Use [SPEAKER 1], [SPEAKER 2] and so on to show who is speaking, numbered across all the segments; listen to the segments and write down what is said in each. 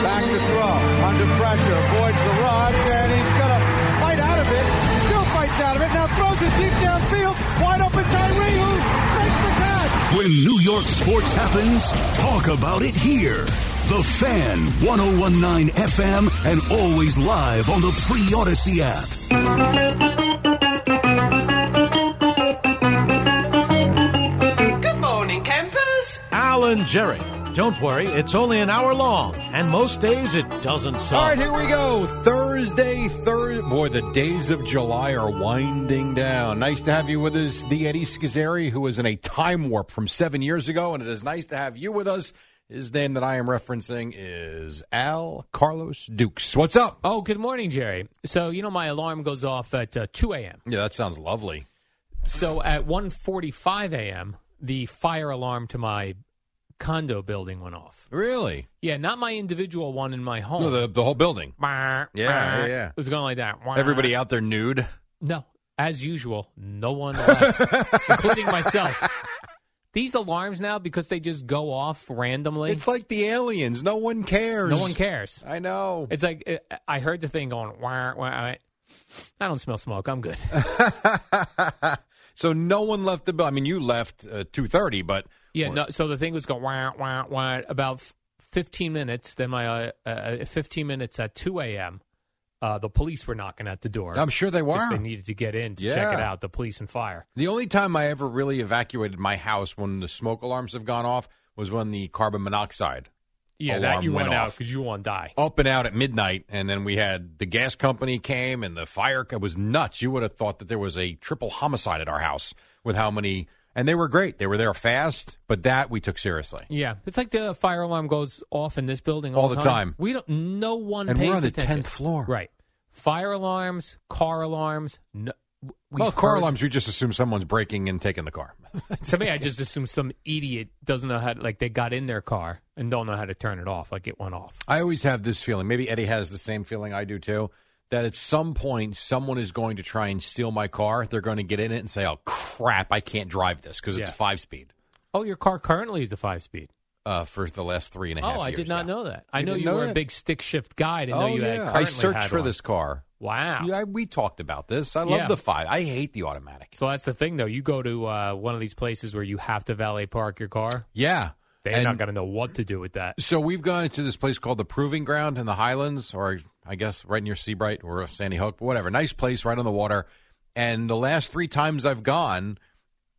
[SPEAKER 1] Back to throw. Under pressure. Avoids the rush. And he's going to fight out of it. Still fights out of it. Now throws it deep downfield. Wide open Tyree who makes the catch.
[SPEAKER 2] When New York sports happens, talk about it here. The Fan, 1019 FM, and always live on the free Odyssey app.
[SPEAKER 3] Good morning, campers.
[SPEAKER 4] Alan Jerry. Don't worry, it's only an hour long, and most days it doesn't suck.
[SPEAKER 5] All right, here we go. Thursday, Thursday. Boy, the days of July are winding down. Nice to have you with us, the Eddie Schizzeri, who is in a time warp from seven years ago, and it is nice to have you with us. His name that I am referencing is Al Carlos Dukes. What's up?
[SPEAKER 6] Oh, good morning, Jerry. So you know my alarm goes off at uh, 2 a.m.
[SPEAKER 5] Yeah, that sounds lovely.
[SPEAKER 6] So at 1:45 a.m., the fire alarm to my condo building went off.
[SPEAKER 5] Really?
[SPEAKER 6] Yeah, not my individual one in my home.
[SPEAKER 5] No, the, the whole building.
[SPEAKER 6] yeah,
[SPEAKER 5] yeah, yeah.
[SPEAKER 6] It was going like that.
[SPEAKER 5] Everybody out there nude.
[SPEAKER 6] No, as usual, no one, left, including myself. These alarms now, because they just go off randomly,
[SPEAKER 5] It's like the aliens. No one cares.
[SPEAKER 6] no one cares.
[SPEAKER 5] I know.
[SPEAKER 6] It's like uh, I heard the thing going. Wah, wah, I I don't smell smoke. I'm good.
[SPEAKER 5] so no one left the building. I mean, you left uh, 2.30, but
[SPEAKER 6] Yeah, no, so the thing was going wah, wah, wah, about f- 15 minutes. Then my uh, uh, 15 minutes at 2 a.m., uh, the police were knocking at the door.
[SPEAKER 5] I'm sure they
[SPEAKER 6] 'cause
[SPEAKER 5] were.
[SPEAKER 6] They needed to get in to check it
[SPEAKER 5] Yeah.
[SPEAKER 6] out, the police and fire.
[SPEAKER 5] The only time I ever really evacuated my house when the smoke alarms have gone off was when the carbon monoxide
[SPEAKER 6] Yeah,
[SPEAKER 5] Alarm
[SPEAKER 6] that you
[SPEAKER 5] went
[SPEAKER 6] went out
[SPEAKER 5] off.
[SPEAKER 6] because you want to die.
[SPEAKER 5] up and out at midnight, and then we had the gas company came and the fire it was nuts. You would have thought that there was a triple homicide at our house with how many, and they were great. They were there fast, but that we took seriously.
[SPEAKER 6] Yeah, it's like the fire alarm goes off in this building all,
[SPEAKER 5] All the time.
[SPEAKER 6] We don't. No one
[SPEAKER 5] And we're
[SPEAKER 6] pays
[SPEAKER 5] on the
[SPEAKER 6] attention.
[SPEAKER 5] 10th floor.
[SPEAKER 6] right? Fire alarms, car alarms. No, w- we've
[SPEAKER 5] well, car
[SPEAKER 6] heard-
[SPEAKER 5] alarms, you just assume someone's breaking and taking the car.
[SPEAKER 6] To me, I just assume some idiot doesn't know how. To, like they got in their car and don't know how to turn it off. Like it went off.
[SPEAKER 5] I always have this feeling. Maybe Eddie has the same feeling I do too. That at some point someone is going to try and steal my car. They're going to get in it and say, "Oh crap, I can't drive this because it's
[SPEAKER 6] Yeah.
[SPEAKER 5] a five speed."
[SPEAKER 6] Oh, your car currently is a five speed.
[SPEAKER 5] Uh, for the last three and a half.
[SPEAKER 6] Oh, I did
[SPEAKER 5] years
[SPEAKER 6] not
[SPEAKER 5] now.
[SPEAKER 6] know that. I
[SPEAKER 5] You
[SPEAKER 6] know
[SPEAKER 5] didn't
[SPEAKER 6] you
[SPEAKER 5] know
[SPEAKER 6] were
[SPEAKER 5] that?
[SPEAKER 6] a big stick shift guy. I didn't
[SPEAKER 5] oh
[SPEAKER 6] know you
[SPEAKER 5] yeah,
[SPEAKER 6] had
[SPEAKER 5] I
[SPEAKER 6] currently
[SPEAKER 5] searched
[SPEAKER 6] had
[SPEAKER 5] for
[SPEAKER 6] one.
[SPEAKER 5] this car.
[SPEAKER 6] Wow.
[SPEAKER 5] Yeah, we talked about this. I love
[SPEAKER 6] Yeah.
[SPEAKER 5] the five. I hate the automatic.
[SPEAKER 6] So that's the thing, though. You go to uh, one of these places where you have to valet park your car.
[SPEAKER 5] Yeah,
[SPEAKER 6] They're
[SPEAKER 5] And
[SPEAKER 6] not going to know what to do with that.
[SPEAKER 5] So we've gone to this place called the Proving Ground in the Highlands, or I guess right near Seabright or Sandy Hook, but whatever. Nice place, right on the water. And the last three times I've gone,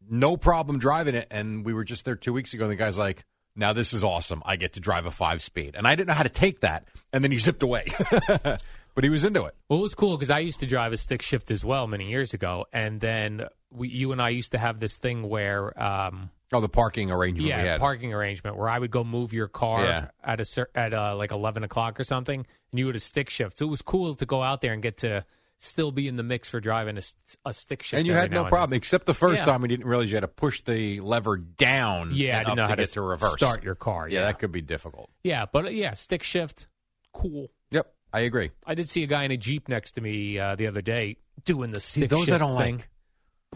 [SPEAKER 5] no problem driving it. And we were just there two weeks ago, and the guy's like, "Now this is awesome. I get to drive a five speed." And I didn't know how to take that. And then he zipped away, but he was into it.
[SPEAKER 6] Well, it was cool because I used to drive a stick shift as well many years ago, and then we, you and I used to have this thing where, um,
[SPEAKER 5] Oh, the parking arrangement. we
[SPEAKER 6] yeah,
[SPEAKER 5] had.
[SPEAKER 6] parking arrangement where I would go move your car
[SPEAKER 5] Yeah.
[SPEAKER 6] at a cer- at uh, like eleven o'clock or something, and you would a stick shift. So it was cool to go out there and get to still be in the mix for driving a, s- a stick shift.
[SPEAKER 5] And you
[SPEAKER 6] every
[SPEAKER 5] had
[SPEAKER 6] now
[SPEAKER 5] no problem, except the first
[SPEAKER 6] Yeah.
[SPEAKER 5] time we didn't realize you had to push the lever down.
[SPEAKER 6] Then. Yeah, I
[SPEAKER 5] and
[SPEAKER 6] didn't know
[SPEAKER 5] up
[SPEAKER 6] how
[SPEAKER 5] to
[SPEAKER 6] to
[SPEAKER 5] get to reverse.
[SPEAKER 6] start your car.
[SPEAKER 5] yeah,
[SPEAKER 6] Yeah,
[SPEAKER 5] that could be difficult.
[SPEAKER 6] yeah, but uh, yeah, stick shift, cool.
[SPEAKER 5] Yep, I agree.
[SPEAKER 6] I did see a guy in a jeep next to me uh, the other day doing the stick
[SPEAKER 5] See, those
[SPEAKER 6] shift
[SPEAKER 5] I don't
[SPEAKER 6] thing.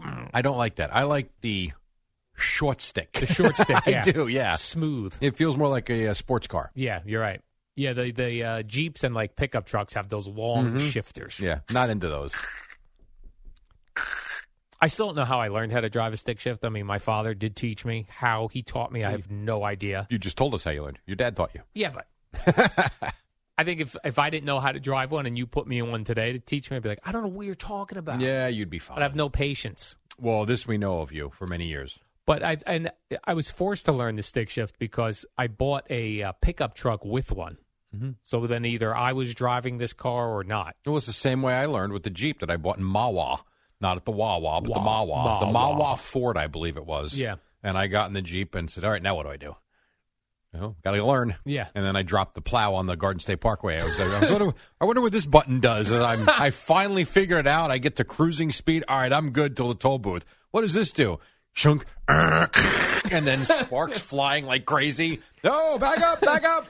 [SPEAKER 5] like. I don't like that. I like the short stick.
[SPEAKER 6] The short stick,
[SPEAKER 5] I
[SPEAKER 6] yeah.
[SPEAKER 5] do, yeah.
[SPEAKER 6] smooth.
[SPEAKER 5] It feels more like a, uh sports car.
[SPEAKER 6] Yeah, you're right. Yeah, the the uh, jeeps and like pickup trucks have those long
[SPEAKER 5] Mm-hmm.
[SPEAKER 6] shifters.
[SPEAKER 5] Yeah, not into those.
[SPEAKER 6] I still don't know how I learned how to drive a stick shift. I mean, my father did teach me how he taught me. I have no idea.
[SPEAKER 5] You just told us how you learned. Your dad taught you.
[SPEAKER 6] Yeah, but I think if if I didn't know how to drive one and you put me in one today to teach me, I'd be like, I don't know what you're talking about.
[SPEAKER 5] Yeah, you'd be fine.
[SPEAKER 6] But I have no patience.
[SPEAKER 5] well, this we know of you for many years.
[SPEAKER 6] But I and I was forced to learn the stick shift because I bought a uh, pickup truck with one. So then either I was driving this car or not.
[SPEAKER 5] It was the same way I learned with the Jeep that I bought in Mawa, not at the Wawa, but the
[SPEAKER 6] Wa-
[SPEAKER 5] Mawa, the
[SPEAKER 6] Mawa.
[SPEAKER 5] Mawa Ford, I believe it was.
[SPEAKER 6] Yeah.
[SPEAKER 5] And I got in the Jeep and said, "All right, now what do I do?" Oh, got to learn.
[SPEAKER 6] Yeah.
[SPEAKER 5] And then I dropped the plow on the Garden State Parkway. I was like, I, was wonder, I wonder what this button does. And I'm, I finally figure it out. I get to cruising speed. All right, I'm good till the toll booth. What does this do? Shunk. er, And then sparks flying like crazy. No, back up, back up.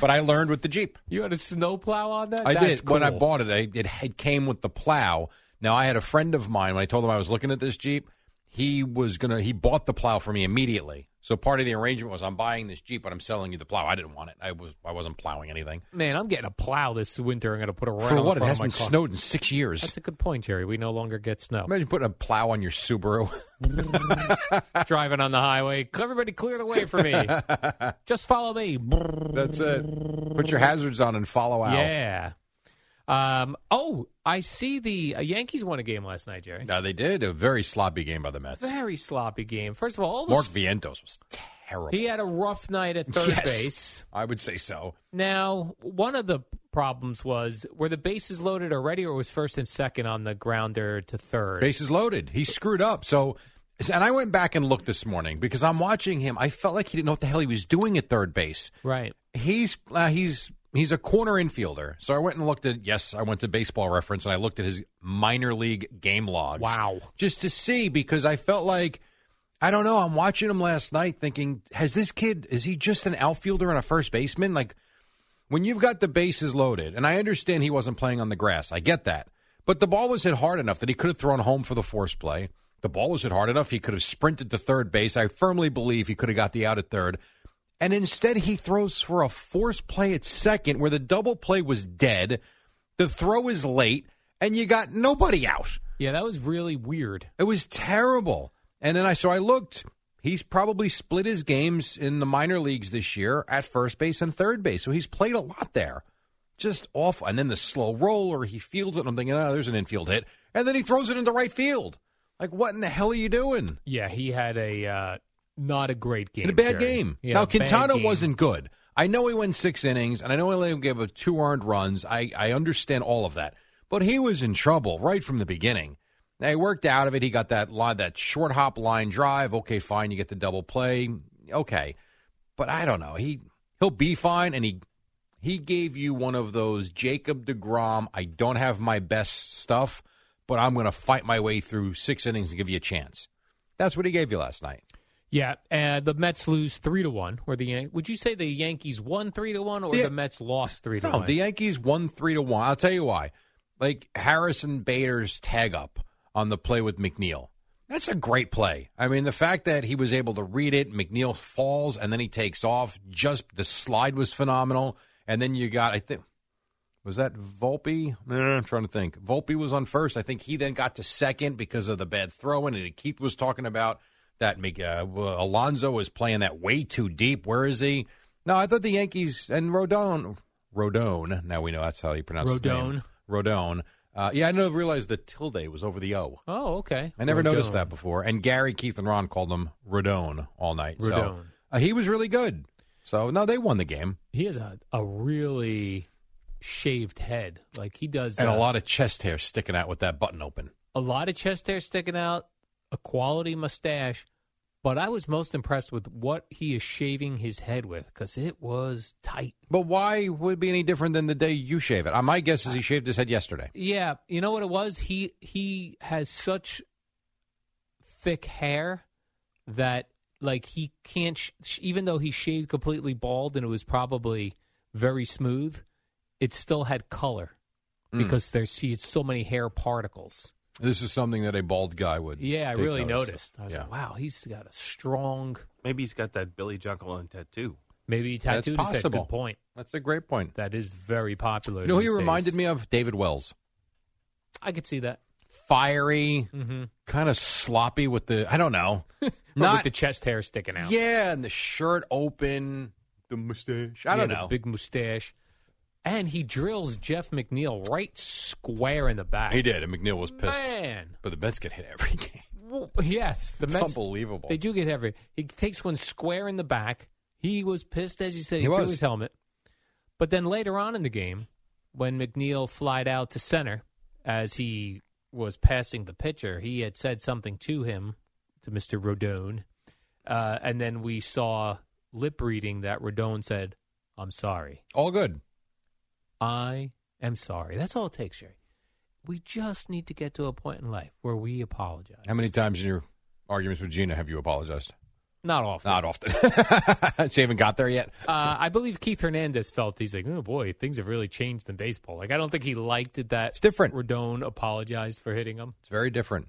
[SPEAKER 5] But I learned with the Jeep.
[SPEAKER 6] You had a snow plow on that?
[SPEAKER 5] I
[SPEAKER 6] Uh, That's
[SPEAKER 5] did when I
[SPEAKER 6] cool.
[SPEAKER 5] bought it. I, it had came with the plow. Now I had a friend of mine when I told him I was looking at this Jeep. He was gonna. He bought the plow for me immediately. So part of the arrangement was I'm buying this Jeep, but I'm selling you the plow. I didn't want it. I was. I wasn't plowing anything.
[SPEAKER 6] Man, I'm getting a plow this winter. I'm going to put a right
[SPEAKER 5] for
[SPEAKER 6] on
[SPEAKER 5] what?
[SPEAKER 6] the
[SPEAKER 5] It
[SPEAKER 6] front of my
[SPEAKER 5] hasn't
[SPEAKER 6] car.
[SPEAKER 5] snowed in six years.
[SPEAKER 6] That's a good point, Jerry. We no longer get snow.
[SPEAKER 5] Imagine putting a plow on your Subaru.
[SPEAKER 6] Driving on the highway, everybody clear the way for me. Just follow me.
[SPEAKER 5] That's it. Put your hazards on and follow out.
[SPEAKER 6] Yeah. Um, oh, I see the uh, Yankees won a game last night, Jerry.
[SPEAKER 5] Now they did a very sloppy game by the Mets.
[SPEAKER 6] Very sloppy game. First of all, all the
[SPEAKER 5] Mark Vientos was terrible.
[SPEAKER 6] he had a rough night at third
[SPEAKER 5] Yes.
[SPEAKER 6] base.
[SPEAKER 5] I would say so.
[SPEAKER 6] Now, one of the problems was were the bases loaded already, or was first and second on the grounder to third?
[SPEAKER 5] Bases loaded. He screwed up. So, and I went back and looked this morning because I'm watching him. I felt like he didn't know what the hell he was doing at third base.
[SPEAKER 6] right.
[SPEAKER 5] He's uh, he's he's a corner infielder. So I went and looked at yes, I went to Baseball Reference and I looked at his minor league game logs.
[SPEAKER 6] Wow.
[SPEAKER 5] just to see because I felt like. I don't know. I'm watching him last night thinking, has this kid, is he just an outfielder and a first baseman? Like, when you've got the bases loaded, and I understand he wasn't playing on the grass, I get that. But the ball was hit hard enough that he could have thrown home for the force play. The ball was hit hard enough he could have sprinted to third base. I firmly believe he could have got the out at third. And instead, he throws for a force play at second where the double play was dead. The throw is late, and you got nobody out.
[SPEAKER 6] Yeah, that was really weird.
[SPEAKER 5] It was terrible. And then I so I looked. He's probably split his games in the minor leagues this year at first base and third base. So he's played a lot there. Just off and then the slow roller, he fields it. and I'm thinking, oh, there's an infield hit. And then he throws it into right field. Like, what in the hell are you doing?
[SPEAKER 6] Yeah, he had a uh, not a great game.
[SPEAKER 5] In a bad
[SPEAKER 6] Jerry.
[SPEAKER 5] game.
[SPEAKER 6] He had
[SPEAKER 5] now
[SPEAKER 6] a bad
[SPEAKER 5] Quintana
[SPEAKER 6] game.
[SPEAKER 5] wasn't good. I know he went six innings, and I know he only gave up two earned runs. I, I understand all of that, but he was in trouble right from the beginning. Now he worked out of it. He got that line, that short hop line drive. Okay, fine. You get the double play. Okay, but I don't know. He he'll be fine, and he he gave you one of those Jacob Degrom. I don't have my best stuff, but I'm going to fight my way through six innings and give you a chance. That's what he gave you last night.
[SPEAKER 6] Yeah, uh, the Mets lose three to one. Or the Yan- would you say the Yankees won three to one, or
[SPEAKER 5] The-
[SPEAKER 6] the Mets lost three to
[SPEAKER 5] No,
[SPEAKER 6] one?
[SPEAKER 5] the Yankees won three to one. I'll tell you why. Like Harrison Bader's tag up on the play with McNeil. That's a great play. I mean, the fact that he was able to read it, McNeil falls and then he takes off. Just the slide was phenomenal. And then you got, I think, was that Volpe? Eh, I'm trying to think. Volpe was on first. I think he then got to second because of the bad throw in. And Keith was talking about that. Mc- Uh, Alonzo was playing that way too deep. Where is he? No, I thought the Yankees and Rodon. Rodon. Now we know that's how you pronounce his name. Rodon. Uh, yeah, I didn't realize the tilde was over the O.
[SPEAKER 6] oh, okay.
[SPEAKER 5] I never
[SPEAKER 6] Rodon.
[SPEAKER 5] noticed that before. And Gary, Keith, and Ron called him Rodon all night. So,
[SPEAKER 6] Rodon.
[SPEAKER 5] uh, he was really good. So, no, they won the game.
[SPEAKER 6] He has a, a really shaved head. Like he does
[SPEAKER 5] And
[SPEAKER 6] uh,
[SPEAKER 5] a lot of chest hair sticking out with that button open.
[SPEAKER 6] a lot of chest hair sticking out, a quality mustache. But I was most impressed with what he is shaving his head with because it was tight.
[SPEAKER 5] But why would it be any different than the day you shave it? Uh, My guess is he shaved his head yesterday.
[SPEAKER 6] Yeah, you know what it was? He he has such thick hair that like he can't sh- sh- even though he shaved completely bald and it was probably very smooth, it still had color
[SPEAKER 5] Mm.
[SPEAKER 6] because there's see so many hair particles.
[SPEAKER 5] This is something that a bald guy would.
[SPEAKER 6] Yeah, I
[SPEAKER 5] take
[SPEAKER 6] really
[SPEAKER 5] notice.
[SPEAKER 6] noticed. I was
[SPEAKER 5] Yeah.
[SPEAKER 6] like, wow, he's got a strong
[SPEAKER 7] Maybe he's got that Billy Junkalone tattoo.
[SPEAKER 6] maybe he
[SPEAKER 5] That's
[SPEAKER 6] tattooed his head.
[SPEAKER 5] possible.
[SPEAKER 6] Good point.
[SPEAKER 5] That's a great point.
[SPEAKER 6] That is very popular.
[SPEAKER 5] You know who
[SPEAKER 6] these
[SPEAKER 5] you reminded
[SPEAKER 6] days.
[SPEAKER 5] me of? David Wells.
[SPEAKER 6] I could see that.
[SPEAKER 5] Fiery,
[SPEAKER 6] Mm-hmm.
[SPEAKER 5] kind of sloppy with the, I don't know.
[SPEAKER 6] Not with the chest hair sticking out.
[SPEAKER 5] Yeah, and the shirt open, the mustache. I
[SPEAKER 6] He
[SPEAKER 5] don't
[SPEAKER 6] had a
[SPEAKER 5] know.
[SPEAKER 6] big mustache. And he drills Jeff McNeil right square in the back.
[SPEAKER 5] He did, and McNeil was pissed.
[SPEAKER 6] Man.
[SPEAKER 5] But the Mets get hit every game.
[SPEAKER 6] Well, Yes. The
[SPEAKER 5] It's
[SPEAKER 6] Mets,
[SPEAKER 5] unbelievable.
[SPEAKER 6] They do get heavy. He takes one square in the back. He was pissed, as you said. He,
[SPEAKER 5] He
[SPEAKER 6] threw
[SPEAKER 5] was.
[SPEAKER 6] his helmet. But then later on in the game, when McNeil flied out to center as he was passing the pitcher, he had said something to him, to Mr. Rodone. Uh, and then we saw lip reading that Rodone said, I'm sorry.
[SPEAKER 5] All good.
[SPEAKER 6] I am sorry. That's all it takes, Sherry. We just need to get to a point in life where we apologize.
[SPEAKER 5] How many times in your arguments with Gina have you apologized?
[SPEAKER 6] Not often.
[SPEAKER 5] Not often. she haven't got there yet.
[SPEAKER 6] Uh, I believe Keith Hernandez felt he's like, oh boy, things have really changed in baseball. Like, I don't think he liked it that
[SPEAKER 5] It's different.
[SPEAKER 6] Rodone apologized for hitting him.
[SPEAKER 5] It's very different.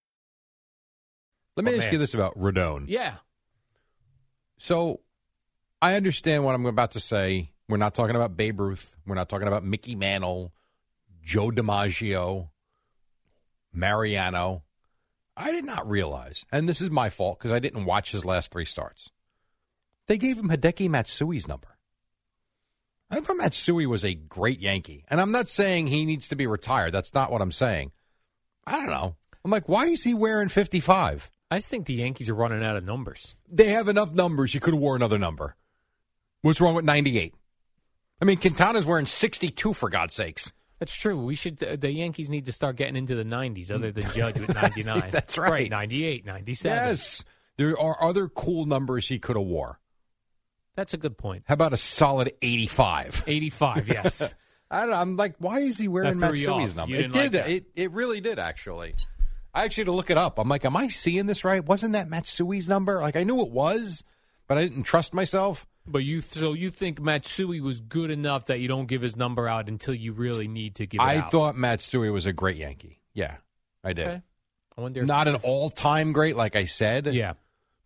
[SPEAKER 5] Let me
[SPEAKER 6] Oh,
[SPEAKER 5] ask
[SPEAKER 6] man.
[SPEAKER 5] you this about Rodone.
[SPEAKER 6] Yeah.
[SPEAKER 5] So I understand what I'm about to say. We're not talking about Babe Ruth. We're not talking about Mickey Mantle, Joe DiMaggio, Mariano. I did not realize, and this is my fault because I didn't watch his last three starts. They gave him Hideki Matsui's number. I thought Matsui was a great Yankee, and I'm not saying he needs to be retired. That's not what I'm saying. I don't know. I'm like, why is he wearing 55?
[SPEAKER 6] I just think the Yankees are running out of numbers.
[SPEAKER 5] they have enough numbers. You could have wore another number. What's wrong with 98? I mean, Quintana's wearing 62, for God's sakes.
[SPEAKER 6] That's true. We should. uh, The Yankees need to start getting into the 90s, other than Judge with 99.
[SPEAKER 5] That's right.
[SPEAKER 6] 98, 97.
[SPEAKER 5] Yes. There are other cool numbers he could have wore.
[SPEAKER 6] That's a good point.
[SPEAKER 5] How about a solid 85?
[SPEAKER 6] 85, yes.
[SPEAKER 5] I don't know. I'm like, why is he wearing
[SPEAKER 6] That threw you
[SPEAKER 5] Matsui's
[SPEAKER 6] off.
[SPEAKER 5] number?
[SPEAKER 6] You
[SPEAKER 5] it
[SPEAKER 6] didn't
[SPEAKER 5] did.
[SPEAKER 6] like that.
[SPEAKER 5] It, it really did, actually. I actually had to look it up. I'm like, am I seeing this right? Wasn't that Matsui's number? Like, I knew it was, but I didn't trust myself.
[SPEAKER 6] but you, so you think Matsui was good enough that you don't give his number out until you really need to give it
[SPEAKER 5] I
[SPEAKER 6] out.
[SPEAKER 5] thought Matsui was a great Yankee. Yeah, I did.
[SPEAKER 6] Okay. I wonder. If,
[SPEAKER 5] Not an all time great, like I said.
[SPEAKER 6] Yeah.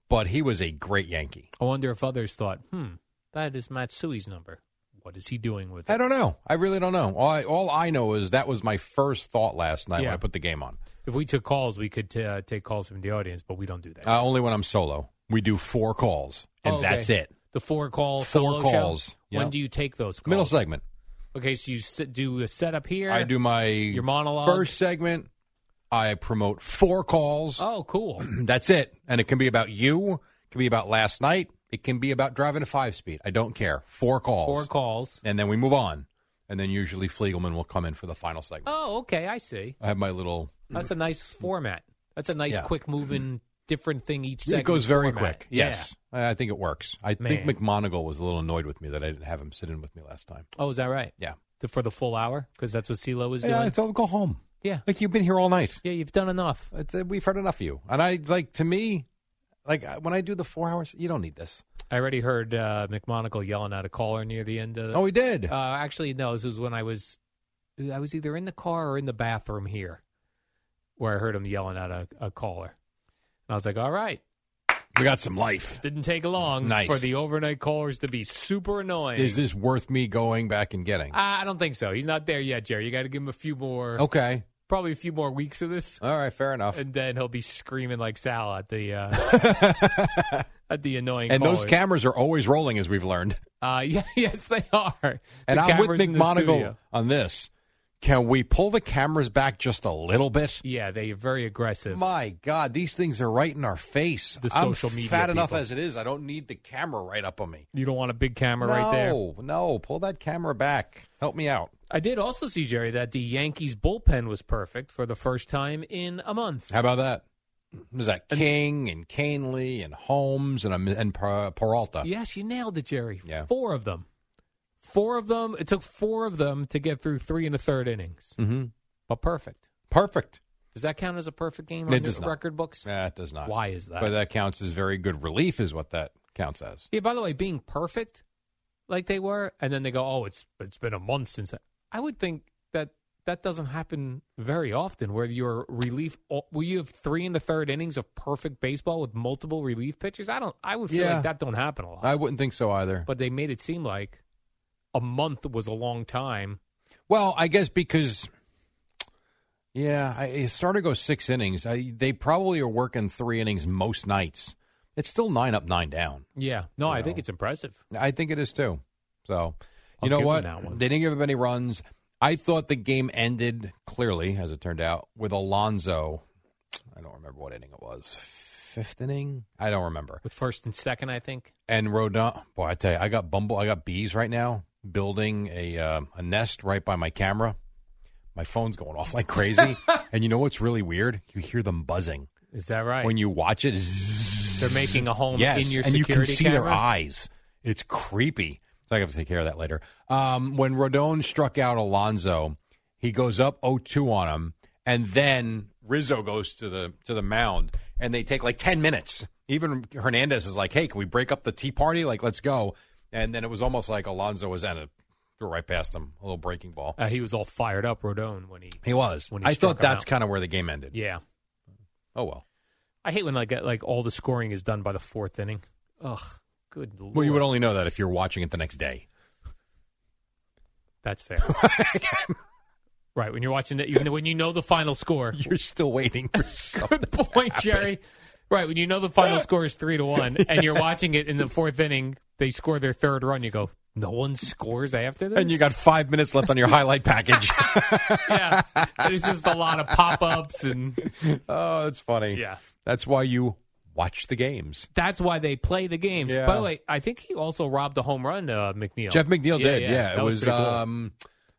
[SPEAKER 5] but he was a great Yankee.
[SPEAKER 6] I wonder if others thought, hmm, that is Matsui's number. What is he doing with it?
[SPEAKER 5] I don't know. I really don't know. All I, all I know is that was my first thought last night when
[SPEAKER 6] Yeah.
[SPEAKER 5] I put the game on.
[SPEAKER 6] If we took calls, we could uh, take calls from the audience, but we don't do that.
[SPEAKER 5] Uh, only when I'm solo. We do four calls, and
[SPEAKER 6] Oh, okay.
[SPEAKER 5] that's it.
[SPEAKER 6] The four call
[SPEAKER 5] Four
[SPEAKER 6] solo show?
[SPEAKER 5] calls, yeah.
[SPEAKER 6] When do you take those calls?
[SPEAKER 5] Middle segment.
[SPEAKER 6] Okay, so you sit, do a setup here.
[SPEAKER 5] I do my
[SPEAKER 6] your monologue.
[SPEAKER 5] first segment. I promote four calls.
[SPEAKER 6] Oh, cool.
[SPEAKER 5] That's it. And it can be about you. It can be about last night. It can be about driving a five speed. I don't care. Four calls.
[SPEAKER 6] Four calls.
[SPEAKER 5] And then we move on. And then usually Fliegelman will come in for the final segment.
[SPEAKER 6] Oh, okay. I see.
[SPEAKER 5] I have my little
[SPEAKER 6] That's a nice format. That's a
[SPEAKER 5] Mm-hmm.
[SPEAKER 6] nice,
[SPEAKER 5] Yeah. Mm-hmm.
[SPEAKER 6] quick moving, different thing each
[SPEAKER 5] Yeah,
[SPEAKER 6] second.
[SPEAKER 5] It goes very
[SPEAKER 6] format.
[SPEAKER 5] quick.
[SPEAKER 6] Yeah.
[SPEAKER 5] Yes. I I think it works. I
[SPEAKER 6] Man.
[SPEAKER 5] think McMonagle was a little annoyed with me that I didn't have him sit in with me last time.
[SPEAKER 6] Oh, is that right?
[SPEAKER 5] Yeah.
[SPEAKER 6] The- For the full hour? Because that's what CeeLo was
[SPEAKER 5] Yeah, I
[SPEAKER 6] doing?
[SPEAKER 5] told him go home.
[SPEAKER 6] Yeah.
[SPEAKER 5] Like you've been here all night.
[SPEAKER 6] Yeah, you've done enough.
[SPEAKER 5] It's, uh, we've heard enough of you. And I like to me, like I- when I do the four hours, you don't need this.
[SPEAKER 6] I already heard uh, McMonagle yelling at a caller near the end of the
[SPEAKER 5] Oh, we did.
[SPEAKER 6] Uh, actually, no. This was when I was, I was either in the car or in the bathroom here, where I heard him yelling at a, a caller, and I was like, "All right."
[SPEAKER 5] we got some life.
[SPEAKER 6] Didn't take long
[SPEAKER 5] Nice.
[SPEAKER 6] for the overnight callers to be super annoying.
[SPEAKER 5] Is this worth me going back and getting?
[SPEAKER 6] I I don't think so. He's not there yet, Jerry. You got to give him a few more,
[SPEAKER 5] okay.
[SPEAKER 6] probably a few more weeks of this,
[SPEAKER 5] All right. Fair enough.
[SPEAKER 6] and then he'll be screaming like Sal at the uh, at the annoying.
[SPEAKER 5] And those
[SPEAKER 6] callers.
[SPEAKER 5] cameras are always rolling, as we've learned.
[SPEAKER 6] uh, yeah, yes, they are.
[SPEAKER 5] And
[SPEAKER 6] The
[SPEAKER 5] I'm with
[SPEAKER 6] cameras in the
[SPEAKER 5] McMonagle
[SPEAKER 6] studio.
[SPEAKER 5] on this. Can we pull the cameras back just a little bit?
[SPEAKER 6] Yeah, they are very aggressive.
[SPEAKER 5] My God, these things are right in our face.
[SPEAKER 6] The
[SPEAKER 5] I'm
[SPEAKER 6] social media
[SPEAKER 5] fat enough
[SPEAKER 6] people.
[SPEAKER 5] as it is. I don't need the camera right up on me.
[SPEAKER 6] you don't want a big camera right there.
[SPEAKER 5] No, no, pull that camera back. Help me out.
[SPEAKER 6] I did also see Jerry that the Yankees bullpen was perfect for the first time in a month.
[SPEAKER 5] How about that? Was that King and Canley and Holmes and um, and Per- Peralta?
[SPEAKER 6] Yes, you nailed it, Jerry.
[SPEAKER 5] Yeah.
[SPEAKER 6] Four of them. Four of them. It took four of them to get through three and a third innings.
[SPEAKER 5] Mm-hmm.
[SPEAKER 6] But perfect.
[SPEAKER 5] Perfect.
[SPEAKER 6] Does that count as a perfect game
[SPEAKER 5] It
[SPEAKER 6] on
[SPEAKER 5] does
[SPEAKER 6] the
[SPEAKER 5] not.
[SPEAKER 6] record books?
[SPEAKER 5] Nah, it does not.
[SPEAKER 6] Why is that?
[SPEAKER 5] But that counts as very good relief, is what that counts as.
[SPEAKER 6] Yeah, by the way, being perfect like they were, and then they go, "Oh, it's it's been a month since." I, I would think that that doesn't happen very often, where your relief, where you have three in the third innings of perfect baseball with multiple relief pitchers. I don't. I would feel
[SPEAKER 5] Yeah.
[SPEAKER 6] like that don't happen a lot.
[SPEAKER 5] I wouldn't think so either.
[SPEAKER 6] but they made it seem like a month was a long time.
[SPEAKER 5] Well, I guess because, yeah, I, a starter goes six innings. I, they probably are working three innings most nights. It's still nine up, nine down.
[SPEAKER 6] Yeah. No, I
[SPEAKER 5] You
[SPEAKER 6] think
[SPEAKER 5] know.
[SPEAKER 6] it's impressive.
[SPEAKER 5] I think it is too. So,
[SPEAKER 6] I'll
[SPEAKER 5] you know
[SPEAKER 6] give them
[SPEAKER 5] what?
[SPEAKER 6] that one.
[SPEAKER 5] They didn't give up any runs. I thought the game ended clearly, as it turned out, with Alonzo. I don't remember what inning it was. Fifth inning? I don't remember.
[SPEAKER 6] With first and second, I think.
[SPEAKER 5] And Rodon, boy, I tell you, I got bumble, I got bees right now building a uh, a nest right by my camera. My phone's going off like crazy, and you know what's really weird? You hear them buzzing
[SPEAKER 6] Is that right?
[SPEAKER 5] when you watch it. Zzz.
[SPEAKER 6] They're making a home
[SPEAKER 5] yes,
[SPEAKER 6] in your
[SPEAKER 5] and
[SPEAKER 6] security
[SPEAKER 5] you can see
[SPEAKER 6] camera.
[SPEAKER 5] their eyes. It's creepy. So I have to take care of that later. Um, when Rodon struck out Alonzo, he goes up 0-2 on him, and then Rizzo goes to the to the mound, and they take like ten minutes. Even Hernandez is like, "Hey, can we break up the tea party? Like, let's go." And then it was almost like Alonzo was at a threw right past him, a little breaking ball.
[SPEAKER 6] Uh, he was all fired up, Rodon, when he.
[SPEAKER 5] He was.
[SPEAKER 6] When he
[SPEAKER 5] I
[SPEAKER 6] struck
[SPEAKER 5] thought
[SPEAKER 6] him
[SPEAKER 5] that's
[SPEAKER 6] out.
[SPEAKER 5] kind of where the game ended.
[SPEAKER 6] Yeah.
[SPEAKER 5] Oh well.
[SPEAKER 6] I hate when like uh, like all the scoring is done by the fourth inning. Ugh, good lord.
[SPEAKER 5] Well, you would only know that if you're watching it the next day.
[SPEAKER 6] That's fair. right when you're watching it, even when you know the final score.
[SPEAKER 5] You're still waiting for something.
[SPEAKER 6] Good point, Jerry. Right when you know the final score is three to one, and you're watching it in the fourth inning, they score their third run. You go, no one scores after this,
[SPEAKER 5] and you got five minutes left on your highlight package.
[SPEAKER 6] yeah. And it's just a lot of pop ups, and
[SPEAKER 5] oh, that's funny.
[SPEAKER 6] Yeah.
[SPEAKER 5] That's why you watch the games.
[SPEAKER 6] that's why they play the games.
[SPEAKER 5] Yeah.
[SPEAKER 6] By the way, I think he also robbed a home run, uh, McNeil.
[SPEAKER 5] Jeff McNeil
[SPEAKER 6] Yeah,
[SPEAKER 5] did.
[SPEAKER 6] yeah.
[SPEAKER 5] Yeah. It
[SPEAKER 6] That was
[SPEAKER 5] was,
[SPEAKER 6] pretty cool.
[SPEAKER 5] um,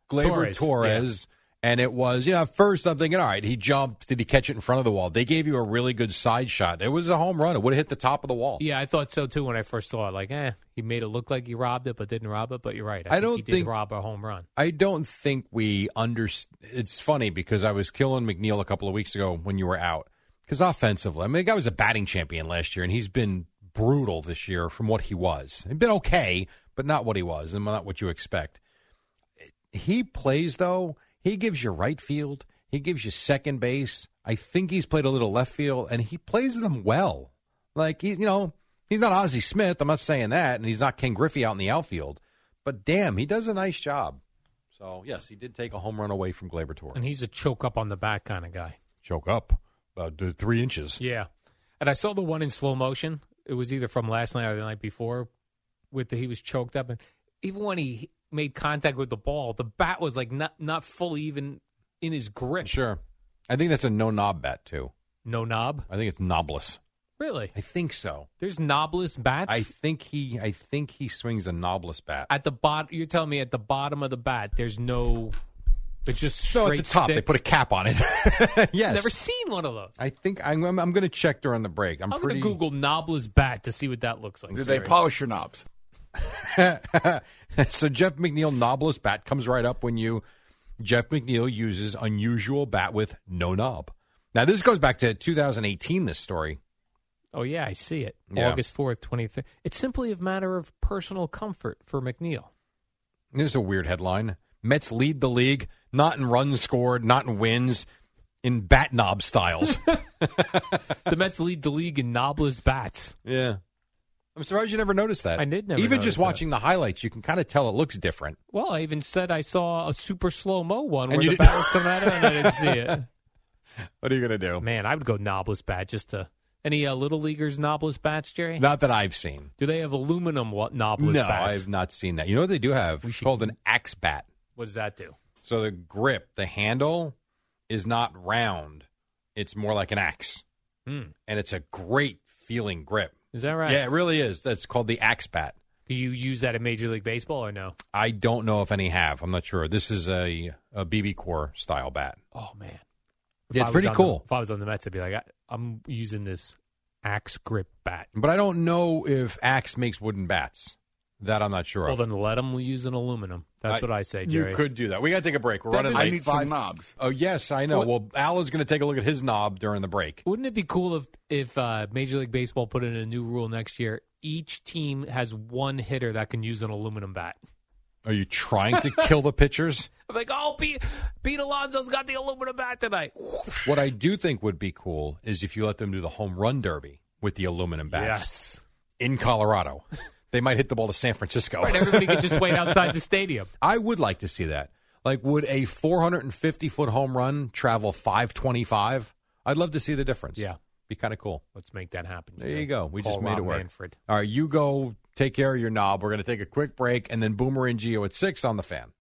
[SPEAKER 5] Glaber
[SPEAKER 6] Torres,
[SPEAKER 5] Torres. And it was, you know, at first I'm thinking, all right, he jumped. Did he catch it in front of the wall? They gave you a really good side shot. It was a home run. It would have hit the top of the wall.
[SPEAKER 6] Yeah, I thought so too when I first saw it. Like, eh, he made it look like he robbed it, but didn't rob it. But you're right. I,
[SPEAKER 5] I don't
[SPEAKER 6] he did
[SPEAKER 5] think-
[SPEAKER 6] rob a home run.
[SPEAKER 5] I don't think we understand. It's funny because I was killing McNeil a couple of weeks ago when you were out. Because offensively, I mean, the guy was a batting champion last year, and he's been brutal this year from what he was. He's been okay, but not what he was, and not what you expect. He plays, though, he gives you right field, he gives you second base. I think he's played a little left field, and he plays them well. Like, he's, you know, he's not Ozzie Smith. I'm not saying that, and he's not Ken Griffey out in the outfield. But damn, he does a nice job. So yes, he did take a home run away from Glaber Torres.
[SPEAKER 6] And he's a choke up on the back kind of guy.
[SPEAKER 5] choke up about th- three inches.
[SPEAKER 6] Yeah. And I saw the one in slow motion. It was either from last night or the night before with the he was choked up and even when he made contact with the ball, the bat was like not not fully even in his grip.
[SPEAKER 5] Sure, I think that's a no knob bat too.
[SPEAKER 6] No knob.
[SPEAKER 5] I think it's knobless.
[SPEAKER 6] Really?
[SPEAKER 5] I think so.
[SPEAKER 6] There's knobless bats
[SPEAKER 5] I think he. I think he swings a knobless bat.
[SPEAKER 6] at the bottom you're telling me at the bottom of the bat there's no it's just straight
[SPEAKER 5] so at the top, they
[SPEAKER 6] stick?
[SPEAKER 5] put a cap on it. yes.
[SPEAKER 6] I've never seen one of those.
[SPEAKER 5] I think I'm. I'm, I'm going to check during the break. I'm,
[SPEAKER 6] I'm
[SPEAKER 5] pretty.
[SPEAKER 6] gonna Google knobless bat to see what that looks like.
[SPEAKER 8] Did they polish your knobs?
[SPEAKER 5] so Jeff McNeil knobless bat comes right up when you Jeff McNeil uses unusual bat with no knob. Now this goes back to 2018. This story.
[SPEAKER 6] oh yeah, I see it.
[SPEAKER 5] Yeah.
[SPEAKER 6] August fourth, twenty third. It's simply a matter of personal comfort for McNeil.
[SPEAKER 5] This is a weird headline. Mets lead the league, not in runs scored, not in wins, in bat knob styles.
[SPEAKER 6] The Mets lead the league in knobless bats.
[SPEAKER 5] yeah. I'm surprised you never noticed that.
[SPEAKER 6] I did never
[SPEAKER 5] Even
[SPEAKER 6] notice
[SPEAKER 5] just
[SPEAKER 6] that.
[SPEAKER 5] watching the highlights, you can kind of tell it looks different.
[SPEAKER 6] Well, I even said I saw a super slow mo one
[SPEAKER 5] And
[SPEAKER 6] where
[SPEAKER 5] you
[SPEAKER 6] the
[SPEAKER 5] didn't-
[SPEAKER 6] bat was coming out of it and I didn't see it.
[SPEAKER 5] What are you going to do?
[SPEAKER 6] Man, I would go knobless bat just to. Any uh, little leaguers knobless bats, Jerry?
[SPEAKER 5] Not that I've seen.
[SPEAKER 6] Do they have aluminum lo- knobless
[SPEAKER 5] No,
[SPEAKER 6] bats?
[SPEAKER 5] I've not seen that. You know what they do have?
[SPEAKER 6] We
[SPEAKER 5] It's
[SPEAKER 6] should-
[SPEAKER 5] called an axe bat.
[SPEAKER 6] What does that do?
[SPEAKER 5] So the grip, the handle, is not round. It's more like an axe,
[SPEAKER 6] Hmm.
[SPEAKER 5] and it's a great feeling grip.
[SPEAKER 6] Is that right?
[SPEAKER 5] Yeah, it really is. That's called the axe bat.
[SPEAKER 6] Do you use that in Major League Baseball or no?
[SPEAKER 5] I don't know if any have. I'm not sure. This is a, a BB Core style bat.
[SPEAKER 6] Oh man,
[SPEAKER 5] Yeah,
[SPEAKER 6] I
[SPEAKER 5] it's
[SPEAKER 6] was
[SPEAKER 5] pretty
[SPEAKER 6] on the-
[SPEAKER 5] cool.
[SPEAKER 6] if I was on the Mets, I'd be like, I, I'm using this axe grip bat.
[SPEAKER 5] But I don't know if Axe makes wooden bats. That I'm not sure
[SPEAKER 6] Well,
[SPEAKER 5] of.
[SPEAKER 6] then let them use an aluminum. That's
[SPEAKER 5] I-
[SPEAKER 6] what I say, Jerry.
[SPEAKER 5] you could do that. We got to take a break. We're
[SPEAKER 6] That'd
[SPEAKER 5] running
[SPEAKER 6] be-
[SPEAKER 8] I
[SPEAKER 5] late.
[SPEAKER 8] need some knobs.
[SPEAKER 5] Oh, yes, I know.
[SPEAKER 6] What-
[SPEAKER 5] Well, Al is going to take a look at his knob during the break.
[SPEAKER 6] Wouldn't it be cool if if uh, Major League Baseball put in a new rule next year? each team has one hitter that can use an aluminum bat.
[SPEAKER 5] Are you trying to kill the pitchers?
[SPEAKER 6] I'm like, oh, Pete, Pete Alonso's got the aluminum bat tonight.
[SPEAKER 5] What I do think would be cool is if you let them do the home run derby with the aluminum bats.
[SPEAKER 6] Yes.
[SPEAKER 5] In Colorado. They might hit the ball to San Francisco.
[SPEAKER 6] Right, everybody could just wait outside the stadium.
[SPEAKER 5] I would like to see that. Like, would a 450 foot home run travel 525? I'd love to see the difference.
[SPEAKER 6] Yeah.
[SPEAKER 5] Be kind of cool.
[SPEAKER 6] Let's make that happen.
[SPEAKER 5] There you go. We
[SPEAKER 6] Call
[SPEAKER 5] just made
[SPEAKER 6] Rob
[SPEAKER 5] it work.
[SPEAKER 6] Manfred.
[SPEAKER 5] All right, you go take care of your knob. We're going to take a quick break, and then Boomer and Geo at six on the fan.